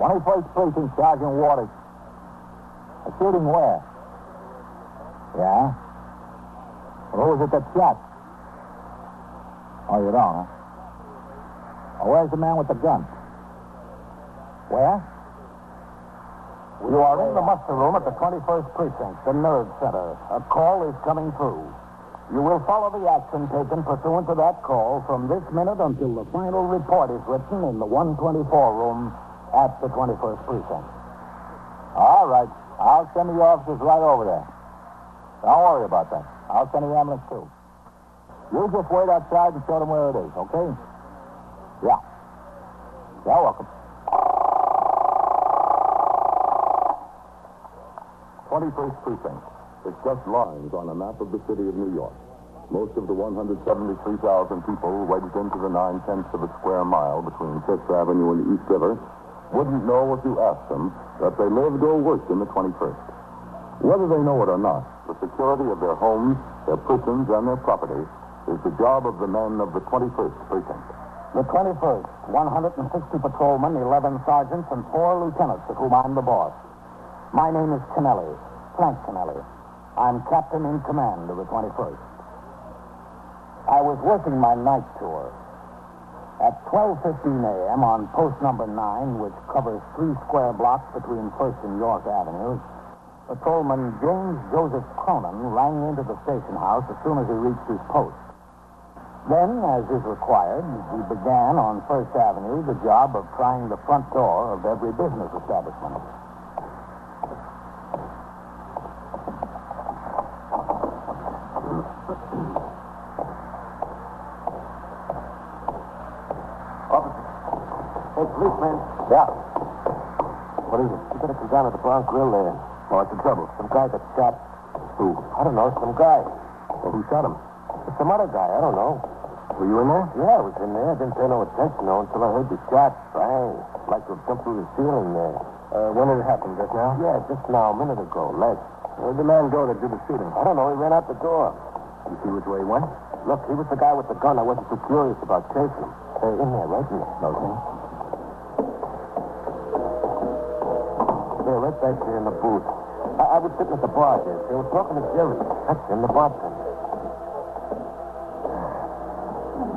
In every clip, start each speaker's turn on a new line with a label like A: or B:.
A: 21st Precinct, Sergeant Waters. A shooting where? Yeah? Who was it that shot? Oh, you don't, huh? Oh, where's the man with the gun? Where?
B: You are in the muster room at the 21st Precinct, the nerve center. A call is coming through. You will follow the action taken pursuant to that call from this minute until the final report is written in the 124 room at the 21st Precinct.
A: All right. I'll send the officers right over there. Don't worry about that. I'll send the ambulance, too. You just wait outside and show them where it is, okay? Yeah. You're welcome.
C: 21st Precinct. It's just lines on a map of the city of New York. Most of the 173,000 people wedged into the nine-tenths of a square mile between Fifth Avenue and East River wouldn't know if you asked them that they lived or worked in the 21st. Whether they know it or not, the security of their homes, their persons, and their property is the job of the men of the 21st Precinct.
B: The 21st, 160 patrolmen, 11 sergeants, and four lieutenants, of whom I'm the boss. My name is Kennelly, Frank Kennelly. I'm captain in command of the 21st. I was working my night tour. At 12.15 a.m. on post number 9, which covers three square blocks between 1st and York Avenues, patrolman James Joseph Cronin rang into the station house as soon as he reached his post. Then, as is required, he began on First Avenue the job of trying the front door of every business establishment.
D: Hey, policeman.
B: Yeah.
D: What is it? You better come down to the Bronx Grill there.
C: What's the trouble?
D: Some guy got shot.
C: Who?
D: I don't know, some guy.
C: Well, who shot him?
D: Some other guy, I don't know.
C: Were you in there?
D: Yeah, I was in there. I didn't pay no attention, though, until I heard the shot. Bang. Like to have jumped through the ceiling there.
C: Uh, when did it happen? Just now?
D: Yeah, just now, a minute ago, less.
C: Where'd the man go that did the shooting?
D: I don't know, he ran out the door.
C: You see which way he went?
D: Look, he was the guy with the gun. I wasn't too curious about chasing him. Hey, in there, right in there.
C: Okay.
D: Yeah, right back there in the booth. I, I was sitting at the bar there. They were talking to Jerry. That's in the bartender.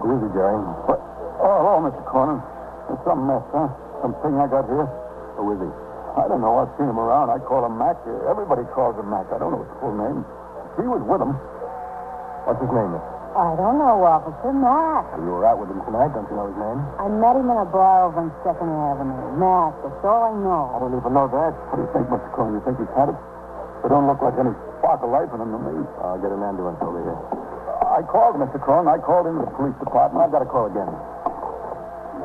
C: Who is it, Jerry?
B: What? Oh, hello, Mr. Cronin. It's some mess, huh? Something I got here.
C: Who is he?
B: I don't know. I've seen him around. I call him Mac. Everybody calls him Mac. I don't know his full name. He was with him.
C: What's his name? miss?
E: I don't know, Officer. Mac.
C: You were out with him tonight. Don't you know his name?
E: I met him in a bar over on Second Avenue. Mac, that's all I
D: I
E: know.
D: don't even know that.
B: What do you think, Mr. Cronin? You think he's had it? There don't look like any spark of life in him to me.
C: I'll get an ambulance over here.
B: I called Mr. Cronin. I called into the police department.
C: I've got to call again.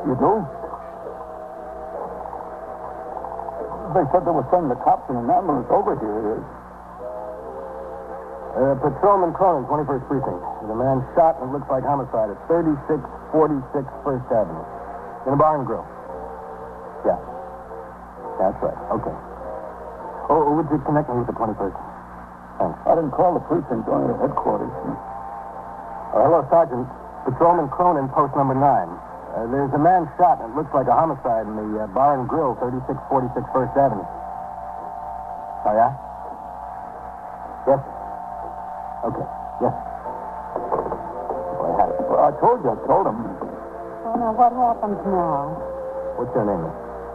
B: You do? They said they were sending the cops and an ambulance over here.
C: Uh, Patrolman Cronin, 21st Precinct. The man shot and looks like homicide at 3646 First Avenue. In a bar and grill. Yeah. That's right. Okay. Oh, would you connect me with the 21st?
B: I didn't call the precinct or the headquarters.
C: Uh, hello, Sergeant. Patrolman Cronin, post number 9. Uh, there's a man shot and it looks like a homicide in the uh, bar and grill, 3646 First Avenue. Oh, yeah? Yes. sir. Okay. Yes. Well, I had it.
B: Well, I told you, I told him.
E: Well, Oh, now, what happens now?
C: What's your name?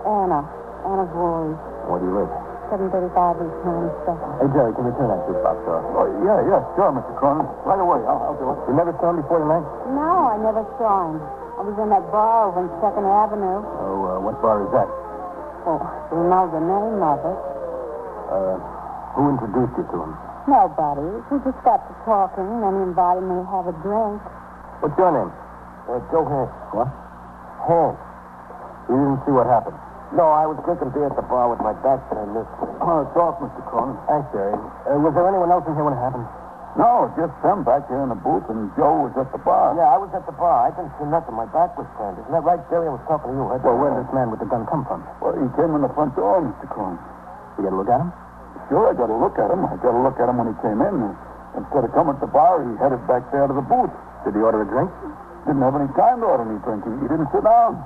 E: Anna. Anna Voorhees,
C: Where do you live?
E: 735 East 92nd.
C: Hey, Jerry, can you turn that juice box off?
B: Oh, yeah, yeah, sure, Mr. Cronin. Right away. I'll, I'll do it.
C: You never saw him before tonight?
E: No, I never saw him. I was in that bar over on Second Avenue.
C: Oh, uh, what bar is that?
E: Oh, you know the name of it.
C: Uh, who introduced you to him?
E: Nobody. We just got to talking, and then he invited me to have a drink.
C: What's your name?
D: Uh, Joe Hank.
C: What? Hank. You didn't see what happened.
D: No, I was drinking beer at the bar with my back turned this way.
B: Oh, it's off, Mr. Cronin.
C: Thanks, Jerry. Uh, was there anyone else in here when it happened?
B: No, just them back here in the booth, and Joe was at the bar.
D: Yeah, I was at the bar. I didn't see nothing. My back was turned. Isn't that right, Jerry? I was talking to you. I
C: Well, where did this man with the gun come from?
B: Well, he came in the front door, Mr. Cronin.
C: You get a look at him?
B: Sure, I got to look at him. I got to look at him when he came in. Instead of coming to the bar, he headed back there to the booth.
C: Did he order a drink?
B: Didn't have any time to order any drink. He, he didn't sit down.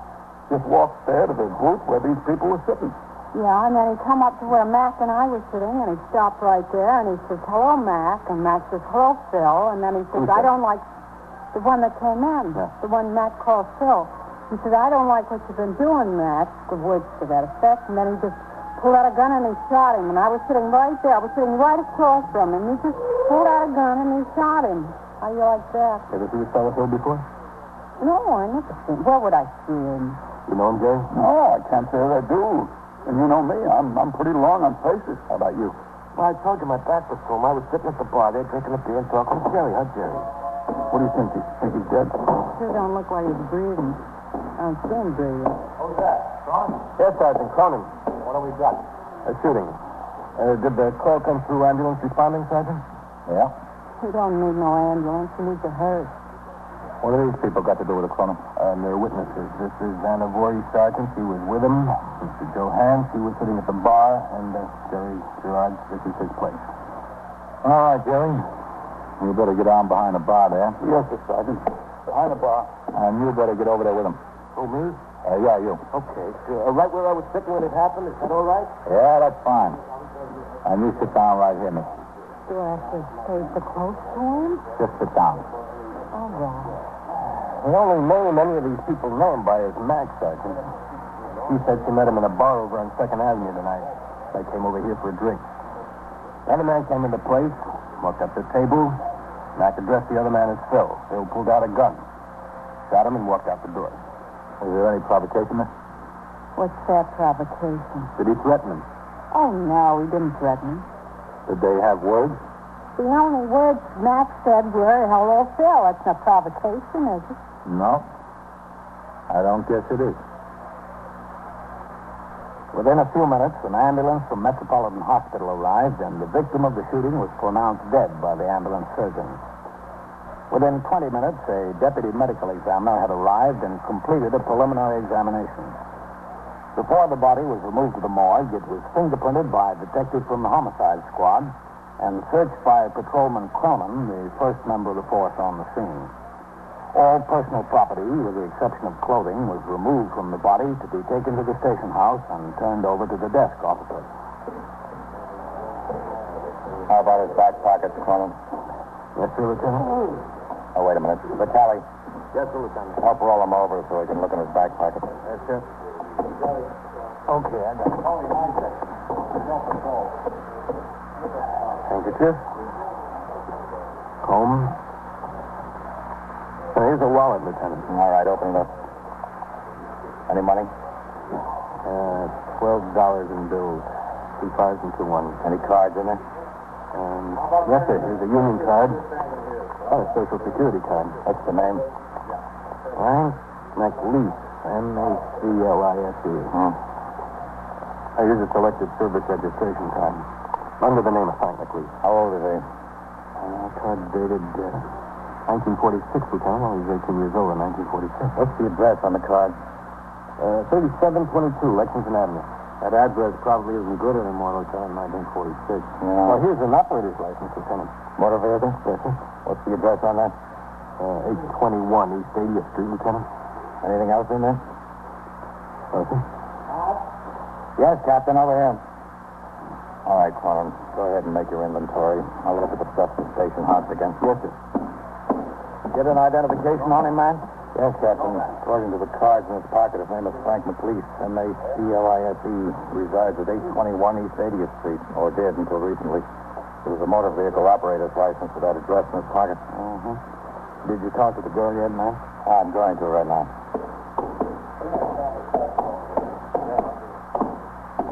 B: Just walked there to the group where these people were sitting.
F: Yeah, and then he come up to where Mac and I was sitting, and he stopped right there, and he says, "Hello, Mac," and Mac says, "Hello, Phil," and then he
G: Who's
F: says,
G: that?
F: "I don't like the one that came in,
G: Yeah.
F: the one Mac called Phil." He says, "I don't like what you've been doing, Mac." The words to that effect, and then he just pulled out a gun and he shot him, and I was sitting right there, I was sitting right across from him, and he just pulled out a gun and he shot him. How you like that?
G: Ever see this fellow here before?
F: No, I never seen. Where would I see him?
G: You know him, Jay?
B: No, Oh, I can't say that I do. And you know me, I'm, I'm pretty long on faces. How about you?
D: Well, I told you my back was sore. I was sitting at the bar there drinking a beer and talking to Jerry, huh, Jerry?
B: What do you think? You think he's dead?
F: Sure don't look like he's breathing. I don't see him breathing.
D: Who's that? Cronin? Yes, Sergeant, Cronin. What have we got? A shooting. Uh, did the call come through ambulance responding, Sergeant?
C: Yeah?
F: He don't need no ambulance. He needs a hearse.
C: What have these people got to do with it, Cronin?
D: Um, they're witnesses. This is Anavori Sergeant. He was with him. Mr. Johans. He was sitting at the bar. And uh, Jerry Gerard. This is his place.
C: All right, Jerry. You better get on behind the bar there,
B: Yes, sir, Sergeant. Behind the bar.
C: and you better get over there with him.
D: Oh, me?
C: Uh, yeah, you.
D: Okay. Sure. Uh, right where I was sitting when it happened. Is that all right?
C: Yeah, that's fine. And you sit down right here, Nick.
F: Do I have to stay so close to him?
C: Just sit down.
F: All right.
D: The only name any of these people know him by is Max, Sergeant. He said she met him in a bar over on Second Avenue tonight. I came over here for a drink. Then a man came into place, walked up to the table. Mac addressed the other man as Phil. Phil pulled out a gun, shot him, and walked out the door.
C: Is there any provocation, Nick?
F: What's that provocation?
D: Did he threaten him?
F: Oh, no, he didn't threaten. him.
C: Did they have words?
F: The only words Max said were, hello, Phil. That's not provocation, is it?
C: No. I don't guess it is.
G: Within a few minutes, an ambulance from Metropolitan Hospital arrived, and the victim of the shooting was pronounced dead by the ambulance surgeon. Within 20 minutes, a deputy medical examiner had arrived and completed a preliminary examination. Before the body was removed to the morgue, it was fingerprinted by a detective from the homicide squad and searched by Patrolman Cronin, the first member of the force on the scene. All personal property, with the exception of clothing, was removed from the body to be taken to the station house and turned over to the desk officer.
B: How about his back pockets, Cronin?
G: Yes, sir, Lieutenant?
B: Oh, wait a minute. Vitale,
D: Yes, sir, Lieutenant.
B: help roll him over so he can look in his back pockets.
D: Yes, sir.
G: Okay, I got it.
D: Handkerchief. Comb. Uh, here's a wallet, Lieutenant.
B: All right, open it up. Any money?
D: Uh, twelve dollars in bills. Two fives and two ones.
B: Any cards in there?
D: Um, yes, sir. Here's a union card. Oh, a social security card.
B: What's the name?
D: Frank McLeese. M-A-C-L-I-S-E.
B: Hmm.
D: I use a selected service registration card. Under the name of Frank McLeese.
B: How old is he?
D: Uh, card dated uh, 1946, Lieutenant. Well, he's 18 years old in 1946.
B: What's the address on the card?
D: Uh, 3722 Lexington Avenue. That address probably isn't good anymore, Lieutenant, 1946.
B: Yeah.
D: Well, here's an operator's license, Lieutenant.
B: Motor vehicle?
D: Yes, sir.
B: What's the address on that?
D: Uh, 821 East 80th Street, Lieutenant.
B: Anything else in there?
D: Yes, sir.
B: Yes, Captain, over here. All right, Cronin, go ahead and make your inventory. I'll look at the stuff in the station house again. Yes, sir. Get an identification on him, man? Yes, Captain. According to the cards in his pocket, his name is Frank McLeese, E M-A-C-L-I-S-E, resides at 821 East 80th Street, or did until recently. It was a motor vehicle operator's license with that address in his pocket. Mm-hmm. Did you talk to the girl yet, man? I'm going to right now.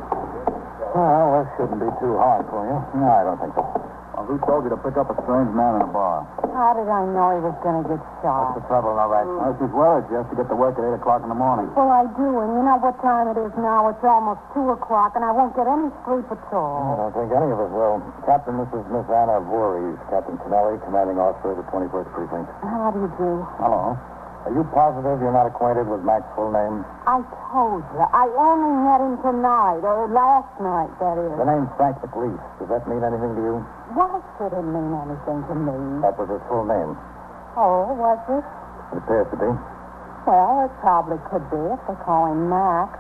G: Well, this shouldn't be too hard for you.
B: No, I don't think so.
C: Well, who told you to pick up a strange man in a bar?
F: How did I know he was going to get shot?
G: the trouble, all right?
C: Well, she's worried. She has to get to work at 8 o'clock in the morning.
F: Well, I do, and you know what time it is now. It's almost 2 o'clock, and I won't get any sleep at all.
B: I don't think any of us will. Captain, this is Miss Anna Voorhees, Captain Kennelly, commanding officer of the 21st Precinct.
F: How do you do?
B: Hello. Are you positive you're not acquainted with Mac's full name?
F: I told you. I only met him tonight, or last night, that
B: The
F: is.
B: name Frank McLeese, does that mean anything to you?
F: Why should it mean anything to me?
B: That was his full name.
F: Oh, was it?
B: It appears to be.
F: Well, Well, it probably could be if they call him Max.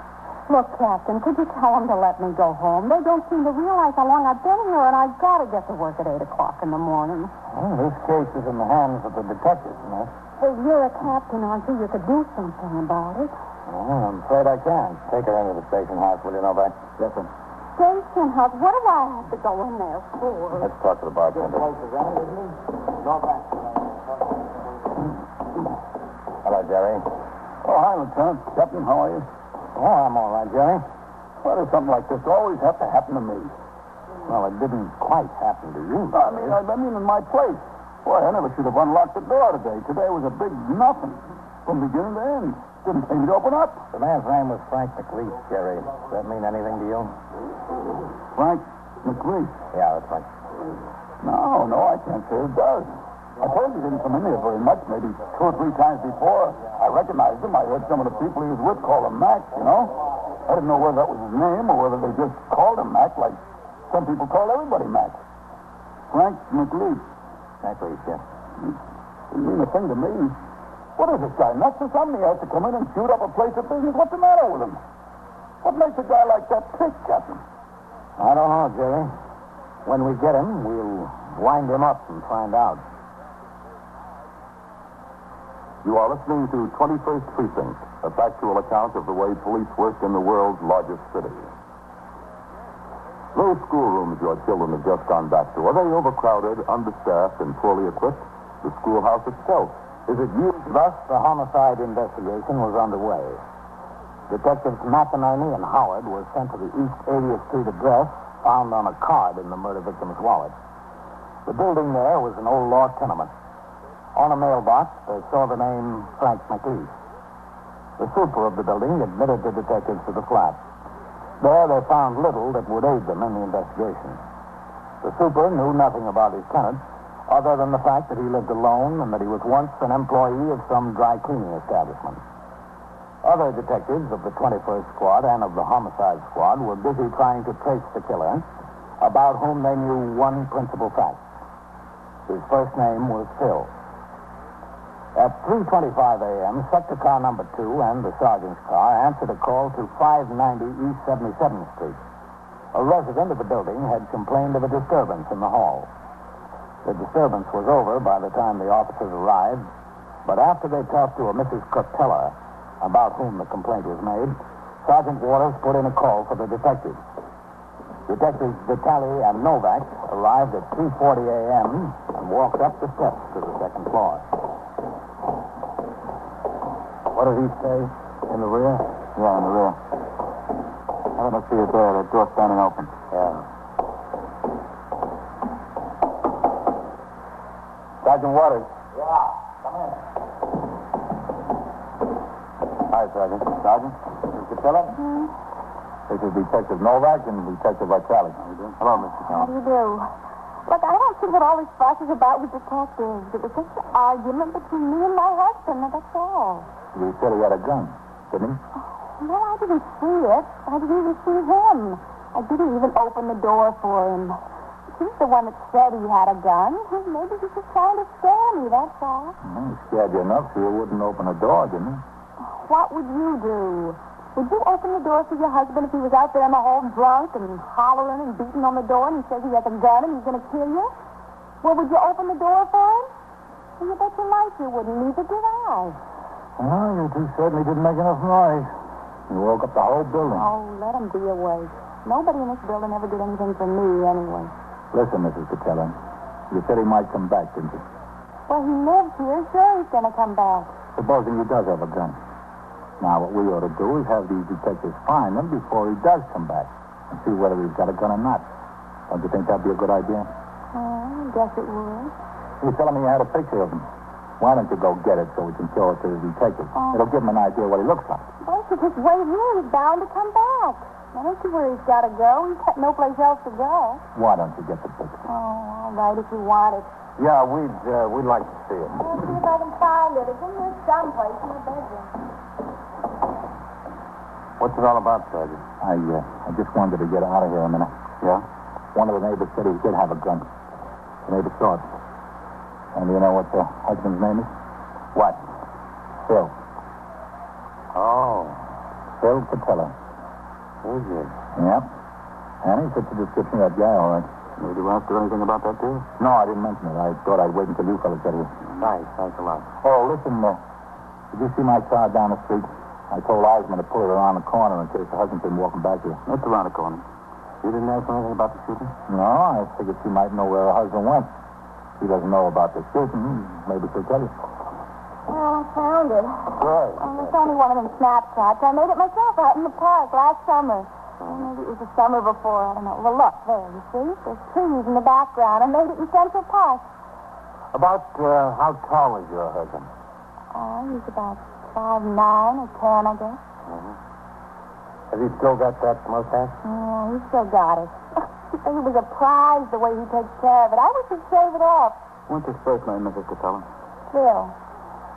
F: Look, Captain, could you tell them to let me go home? They don't seem to realize how long I've been here, and I've got to get to work at 8 o'clock in the morning.
B: Well, this case is in the hands of the detectives, miss.
F: Well, you're a captain, aren't you? You could do something about it.
B: Well, Oh, I'm afraid I can't. Take her into the station house, will you, Novak? Yes, sir.
F: Station house, what do I have to go in there for?
B: Let's talk to the bartender. Hello, Jerry.
C: Oh, hi, Lieutenant. Captain, how are you?
B: Oh, I'm all right, Jerry.
C: Why does something like this always have to happen to me?
B: Well, it didn't quite happen to you.
C: I mean, I, I mean in my place. Boy, I never should have unlocked the door today. Today was a big nothing from beginning to end. Didn't seem to open up.
B: The man's name was Frank McLeish, Jerry. Does that mean anything to you?
C: Frank McLeish.
B: Yeah, that's right.
C: No, no, I can't say it does. I told you he didn't come in here very much, maybe two or three times before. I recognized him. I heard some of the people he was with call him Mac, you know. I didn't know whether that was his name or whether they just called him Mac like some people call everybody Mac. Frank McLeish.
B: McLeish, yeah.
C: Didn't mean a thing to me. What is this guy, nuts or something? He has to come in and shoot up a place of business? What's the matter with him? What makes a guy like that tick, Captain?
B: I don't know, Jerry. When we get him, we'll wind him up and find out.
H: You are listening to 21st Precinct, a factual account of the way police work in the world's largest city. Those schoolrooms your children have just gone back to, are they overcrowded, understaffed, and poorly equipped? The schoolhouse itself, is it used?
B: Thus, the homicide investigation was underway. Detectives McInerney and Howard were sent to the East 80th Street address found on a card in the murder victim's wallet. The building there was an old law tenement. On a mailbox, they saw the name Frank McLeish. The super of the building admitted the detectives to the flat. There, they found little that would aid them in the investigation. The super knew nothing about his tenant, other than the fact that he lived alone and that he was once an employee of some dry cleaning establishment. Other detectives of the 21st Squad and of the Homicide Squad were busy trying to trace the killer, about whom they knew one principal fact. His first name was Phil. At 3.25 a.m., sector car number two and the sergeant's car answered a call to 590 East 77th Street. A resident of the building had complained of a disturbance in the hall. The disturbance was over by the time the officers arrived, but after they talked to a Mrs. Cortella, about whom the complaint was made, Sergeant Waters put in a call for the detectives. Detectives Vitale and Novak arrived at 3.40 a.m. and walked up the steps to the second floor. What did he say? In the rear?
I: Yeah, in the rear. I don't see it there. That door standing open.
B: Yeah. Sergeant Waters.
J: Yeah, come in.
B: Hi, Sergeant.
C: Sergeant?
B: Mr. Phillip?
I: Mm-hmm.
H: This is Detective Novak and Detective Vitale.
C: Hello, Mr.
F: How do you do? Look, I don't see what all this fuss is about with detectives. It was just an argument between me and my husband, and that's all.
H: You said he had a gun, didn't he?
F: No, I didn't see it. I didn't even see him. I didn't even open the door for him. He's the one that said he had a gun. Maybe he's just trying to scare me, that's all.
I: Mm-hmm.
H: Well, he scared you enough so you wouldn't open the door, didn't he?
F: What would you do? Would you open the door for your husband if he was out there in the hall drunk and hollering and beating on the door and he says he has a gun and he's going to kill you? Well, would you open the door for him? Well, you bet your life you wouldn't. Neither did I.
I: Well, you two certainly didn't make enough noise. You woke up the whole building.
F: Oh, let him be awake. Nobody in this building ever did anything for me anyway.
H: Listen, Mrs. Catella. You said he might come back, didn't you?
F: Well, he lives here. Sure he's going to come back.
H: Supposing he does have a gun. Now, what we ought to do is have these detectives find him before he does come back and see whether he's got a gun or not. Don't you think that'd be a good idea?
F: Oh, I guess it would.
H: You're telling me you had a picture of him. Why don't you go get it so we can show it to the detective?
F: Oh.
H: It'll give him an idea what he looks like.
F: Well, if you just wait here, he's bound to come back. Now, don't you where he's got to go. He's got no place else to go.
H: Why don't you get the picture?
F: Oh, all right, if you want it.
B: Yeah, we'd, uh, we'd like to see him.
J: I'll see if I can find it. It's in here someplace in the bedroom.
B: What's it all about, Sergeant?
H: I, uh, I just wanted to get out of here a minute.
B: Yeah?
H: One of the neighbors said he did have a gun. The neighbor saw it. And do you know what the husband's name is?
B: What?
H: Phil.
A: Bill Patella.
C: Oh, yes.
A: Yep. And he fits the description of that guy, all right.
C: Did you ask her anything about that deal?
A: No, I didn't mention it. I thought I'd wait until you fellas got here.
C: Nice. Thanks a lot.
A: Oh, listen, uh, did you see my car down the street? I told Eisman to pull it around the corner in case the husband's been walking back here.
C: It's around the corner. You didn't ask anything about the shooting?
A: No, I figured she might know where her husband went. She doesn't know about the shooting. Maybe she'll tell you.
F: Well, I found it.
C: Good.
F: And it's only one of them snapshots. I made it myself out in the park last summer. Or maybe it was the summer before. I don't know. Well, look, there, you see? There's trees in the background. I made it in Central Park.
C: About uh, how tall is your husband?
F: Oh, he's about five nine or ten, I guess.
D: Has he still got that mustache?
F: Yeah, he still got it. he was a prize the way he takes care of it. I wish he'd shave it off.
C: What's his first name, Mrs. Costello?
F: Bill,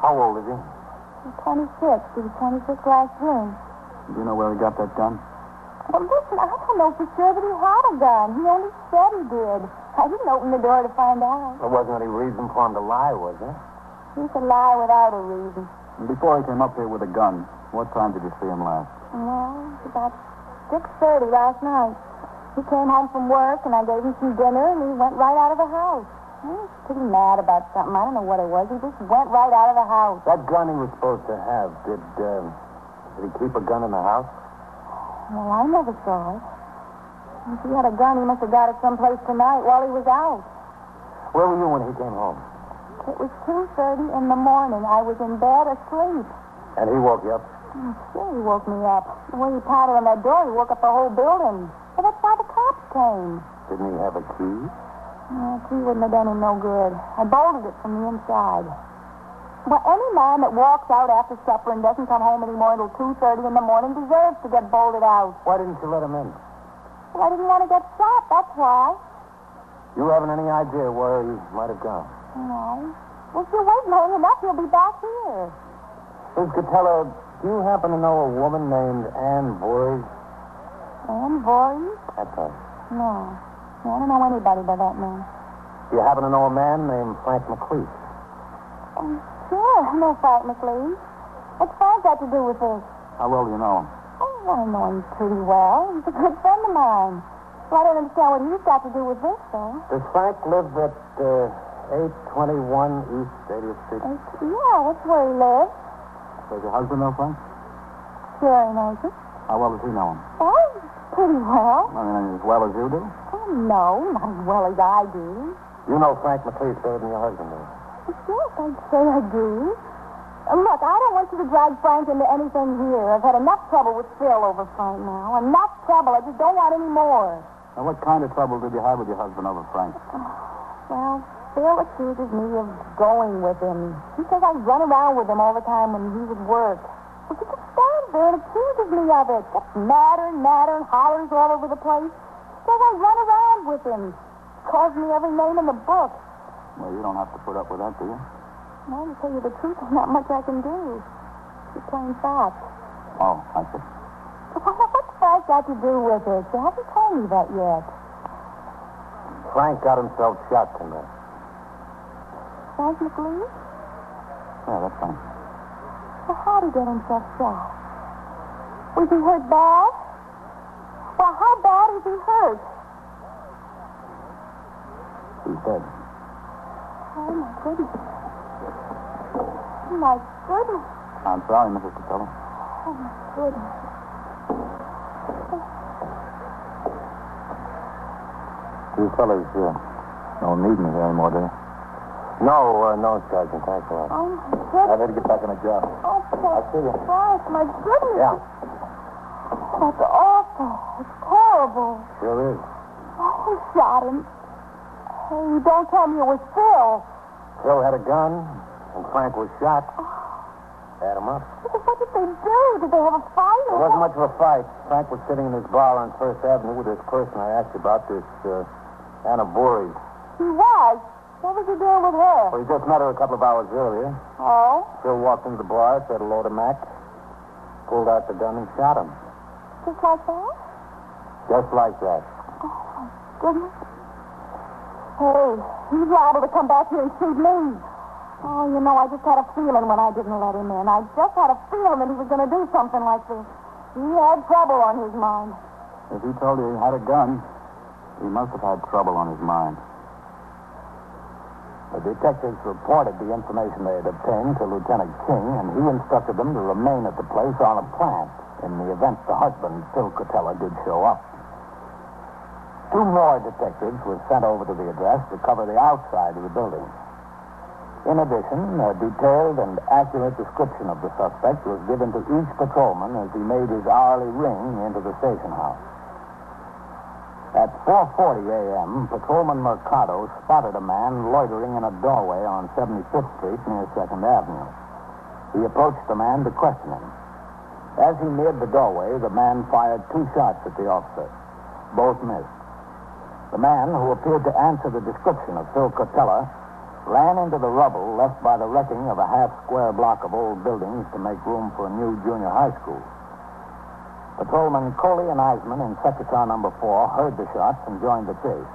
C: How old is he?
F: he's 26. He was 26 last June.
C: Do you know where he got that gun?
F: Well, listen, I don't know for sure that he had a gun. He only said he did. I didn't open the door to find out.
D: There wasn't any reason for him to lie, was there?
F: He could lie without a reason.
C: Before he came up here with a gun, what time did you see him last?
F: Well, it was about 6.30 last night. He came home from work, and I gave him some dinner, and he went right out of the house. He was pretty mad about something. I don't know what it was. He just went right out of the house.
D: That gun he was supposed to have, did, um, did he keep a gun in the house?
F: Well, I never saw it. If he had a gun, he must have got it someplace tonight while he was out.
D: Where were you when he came home?
F: It was 2.30 in the morning. I was in bed asleep.
D: And he woke you up.
F: Sure, he woke me up. The way he pounded on that door, he woke up the whole building. But that's why the cops came.
D: Didn't he have a key?
F: Yeah, he wouldn't have done him no good. I bolted it from the inside. Well, any man that walks out after supper and doesn't come home anymore until 2.30 in the morning deserves to get bolted out.
D: Why didn't you let him in?
F: Well, I didn't want to get shot, that's why.
D: You haven't any idea where he might have gone.
F: No. Well, if you wait long enough, he'll be back here.
D: Miss Cotello, do you happen to know a woman named Anne Boyd?
F: And Voorhees?
D: That's her.
F: No. no. I don't know anybody by that name.
D: Do you happen to know a man named Frank McLeish?
F: Um, sure, no fight, McLean. What's Frank got to do with this?
C: How well do you know him?
F: Oh, well, I know him pretty well. He's a good friend of mine. Well, I don't understand what he's got to do with this, though.
D: Does Frank live at uh, 821 East 80th Street?
F: It's, yeah, that's where he lives.
C: Does your husband know Frank?
F: Sure, he knows it.
C: How well does he know him?
F: Oh, pretty well.
C: I mean, as well as you do.
F: Oh, no, not as well as I do.
D: You know Frank McLeish better than your husband does.
F: Yes, I'd say I do. Uh, Look, I don't want you to drag Frank into anything here. I've had enough trouble with Phil over Frank now. Enough trouble. I just don't want any more.
C: Now, what kind of trouble did you have with your husband over Frank?
F: Well, Phil accuses me of going with him. He says I run around with him all the time when he's at work. But he just stands there and accuses me of it. Gets madder and madder and hollers all over the place. Says I run around with him. Calls me every name in the book.
C: Well, you don't have to put up with that, do you?
F: Well, to tell you the truth, there's not much I can do. It's plain fact.
C: Oh, I see.
F: What's Frank got to do with it? You haven't told me that yet.
D: Frank got himself shot tonight.
F: Frank McLean?
C: Yeah, that's fine.
F: Well, how'd he get himself shot? Was he hurt bad? Well, how bad is he hurt?
C: He's dead.
F: Oh, my goodness. My goodness.
C: I'm sorry, Mrs. Costello.
F: Oh, my goodness.
A: You fellas uh, don't need me here anymore, do you?
D: No, uh, no, Sergeant. Thanks a lot.
F: Oh, my
A: I
F: goodness.
A: better get back on the job.
F: Oh, poor Frank, my goodness.
D: Yeah.
F: That's awful. It's horrible.
D: Sure is.
F: Oh, who shot him? Hey, don't tell me it was Phil.
D: Phil had a gun, and Frank was shot. Had him up.
F: What did they do? Did they have a fight?
D: There
F: or
D: wasn't
F: what?
D: much of a fight. Frank was sitting in his bar on First Avenue with this person I asked you about, this uh, Anna Bory.
F: He was. What was he doing with her?
D: Well, he just met her a couple of hours earlier.
F: Oh,
D: Phil walked into the bar, said hello to Mac, pulled out the gun and shot him.
F: just like that?
D: Just like that.
F: Goodness. Hey, he's liable to come back here and shoot me. Oh, you know, I just had a feeling when I didn't let him in. I just had a feeling that he was going to do something like this. He had trouble on his mind.
K: If he told you he had a gun, he must have had trouble on his mind.
B: The detectives reported the information they had obtained to Lieutenant King, and he instructed them to remain at the place on a plan in the event the husband, Phil Cotella, did show up. Two more detectives were sent over to the address to cover the outside of the building. In addition, a detailed and accurate description of the suspect was given to each patrolman as he made his hourly ring into the station house. At 4.40 a.m., Patrolman Mercado spotted a man loitering in a doorway on 75th Street near 2nd Avenue. He approached the man to question him. As he neared the doorway, the man fired two shots at the officer. Both missed. The man, who appeared to answer the description of Phil Cotella, ran into the rubble left by the wrecking of a half-square block of old buildings to make room for a new junior high school. Patrolman Coley and Eisman in Sector Car Number 4 heard the shots and joined the chase.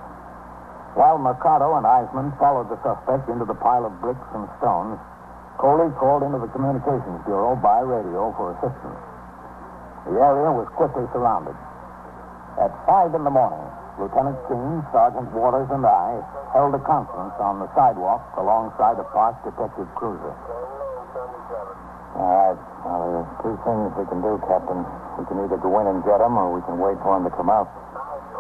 B: While Mercado and Eisman followed the suspect into the pile of bricks and stones, Coley called into the Communications Bureau by radio for assistance. The area was quickly surrounded. At 5 in the morning, Lieutenant King, Sergeant Waters, and I held a conference on the sidewalk alongside a parked detective cruiser. All right. Uh, Well, there's two things we can do, Captain. We can either go in and get him, or we can wait for him to come out.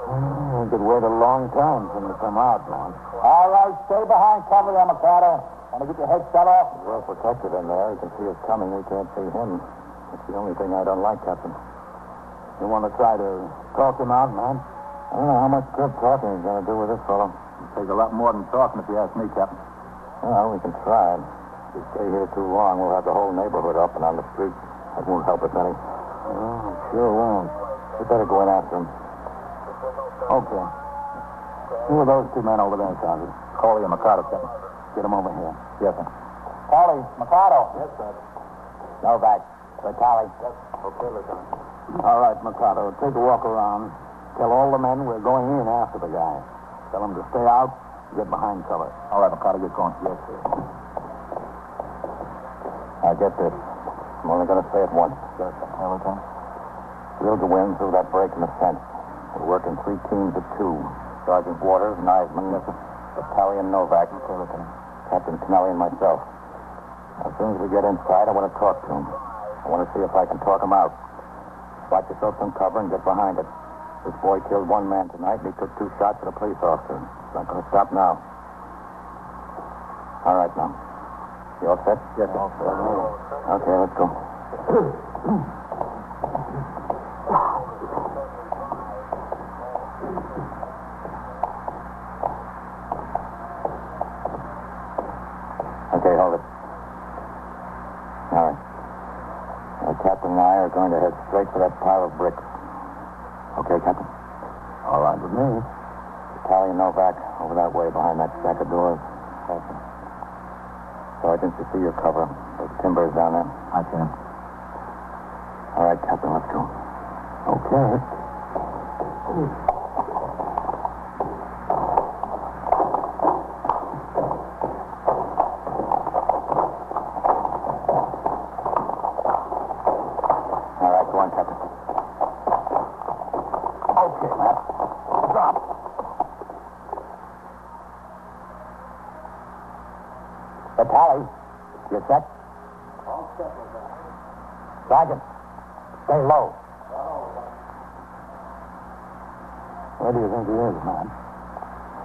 B: Mm, We could wait a long time for him to come out, man.
K: All right, stay behind cover there, Mikado. Want to get your head shut off?
B: We're well protected in there. You can see us coming. We can't see him. That's the only thing I don't like, Captain. You want to try to talk him out, man? I don't know how much good talking is going to do with this fellow.
K: Take a lot more than talking if you ask me, Captain.
B: Well, we can try. If we stay here too long, we'll have the whole neighborhood up and on the street. That won't help us any. Oh, sure won't. We better go in after him.
K: Okay. Who are those two men over there, Sergeant?
B: Coley and Mikado, Captain.
K: Get them over here.
B: Yes, sir.
K: Polly, Mikado. Yes, sir.
B: Novak. Vitali.
C: Okay, Lieutenant.
B: All right, Mikado. Take a walk around. Tell all the men we're going in after the guy. Tell them to stay out, get behind cover.
K: All right, Mikado, get going. Yes, sir.
B: I get this. I'm only going to say it once.
K: Yes, sir.
B: Hey, Lieutenant. We'll go in through that break in the fence. We're working three teams of two. Sergeant Waters and Eisman, Battalion Novak, Captain Kennelly, and myself. As soon as we get inside, I want to talk to him. I want to see if I can talk him out. Spot yourself some cover and get behind it. This boy killed one man tonight, and he took two shots at a police officer. It's not going to stop now. All right, now. You all set?
K: Yes, sir.
B: Okay, let's go. Okay, hold it. All right. Now, Captain and I are going to head straight for that pile of bricks. Okay, Captain?
K: All right with me.
B: Italian Novak over that way behind that stack of doors. Captain. Sergeant, you see your cover. Those timbers down there.
K: I can.
B: All right, Captain, let's go.
K: Okay.
B: All right, go on, Captain.
K: Okay, man. Drop.
B: Vitale, you set? Sergeant, stay low.
K: Where do you think he is, man?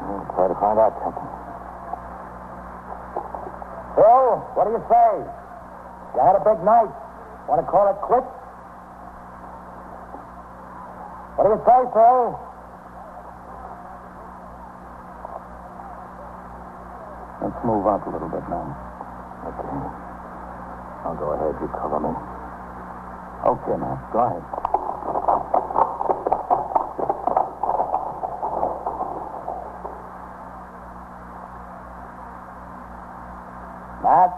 B: We'll try to find out, Captain. Phil, what do you say? You had a big night. Want to call it quits? What do you say, Phil?
K: Let's move out a little bit, man.
B: Okay. I'll go ahead. You cover me.
K: Okay, man. Go ahead.
B: Matt?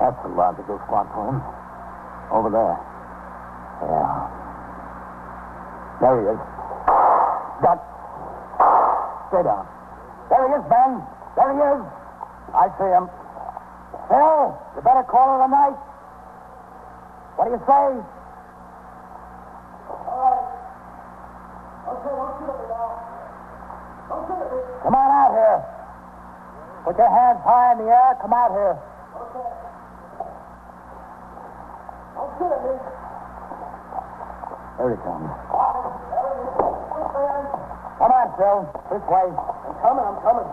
K: That's a logical spot for him.
B: Over there. Yeah. There he is. Got. Stay down. There he is, Ben. There he is. I see him. Phil, you better call it a night. What do you say? Come on out here. Put your hands high in the air. Come out here. There he comes. Come on, Phil. This way. I'm coming. I'm coming.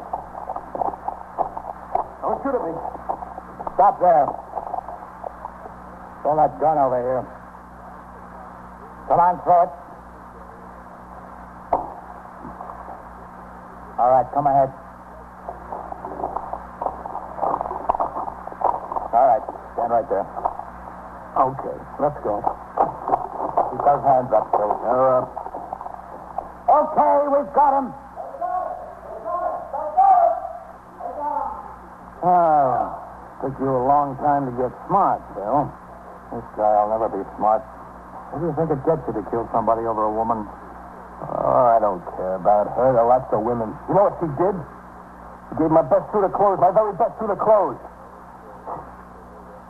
B: Don't shoot at me. Stop there. Throw that gun over here. Come on, throw it. All right, come ahead. All right, stand right there. Okay, let's go. Keep those hands up, Phil. They're up. Okay, we've got him. Ah, took you a long time to get smart, Bill. This guy'll never be smart. What do you think it gets you to kill somebody over a woman?
D: Oh, I don't care about her. There are lots of women. You know what she did? She gave my best suit of clothes, my very best suit of clothes.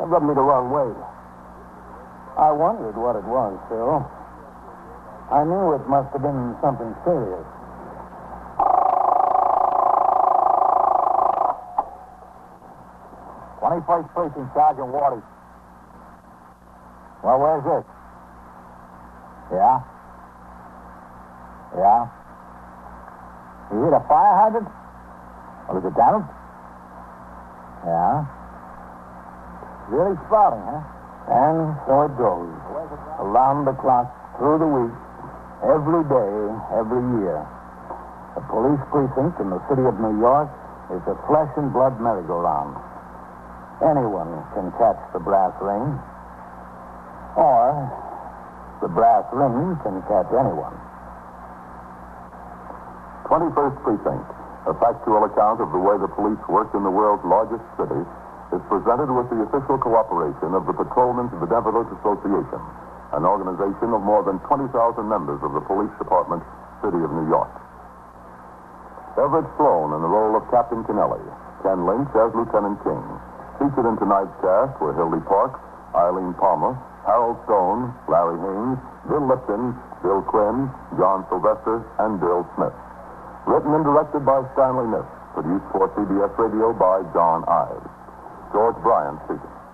D: That rubbed me the wrong way.
B: I wondered what it was, Phil. I knew it must have been something serious.
A: Twenty-first precinct, Sergeant Wardy. Well, where's this? Yeah? Yeah? You hit a fire hydrant? Or is it down? Yeah? Really sprouting, huh?
B: And so it goes. Around the clock, through the week, every day, every year. The police precinct in the city of New York is a flesh and blood merry-go-round. Anyone can catch the brass ring, or the brass ring can catch anyone.
C: 21st Precinct, a factual account of the way the police work in the world's largest city, is presented with the official cooperation of the Patrolmen's Benevolent Association, an organization of more than 20,000 members of the Police Department, City of New York. Everett Sloan in the role of Captain Kennelly, Ken Lynch as Lieutenant King. Featured in tonight's cast were Hildy Parks, Eileen Palmer, Harold Stone, Larry Haynes, Bill Lipton, Bill Quinn, John Sylvester, and Bill Smith. Written and directed by Stanley Niff. Produced for CBS Radio by John Ives. George Bryan speaking.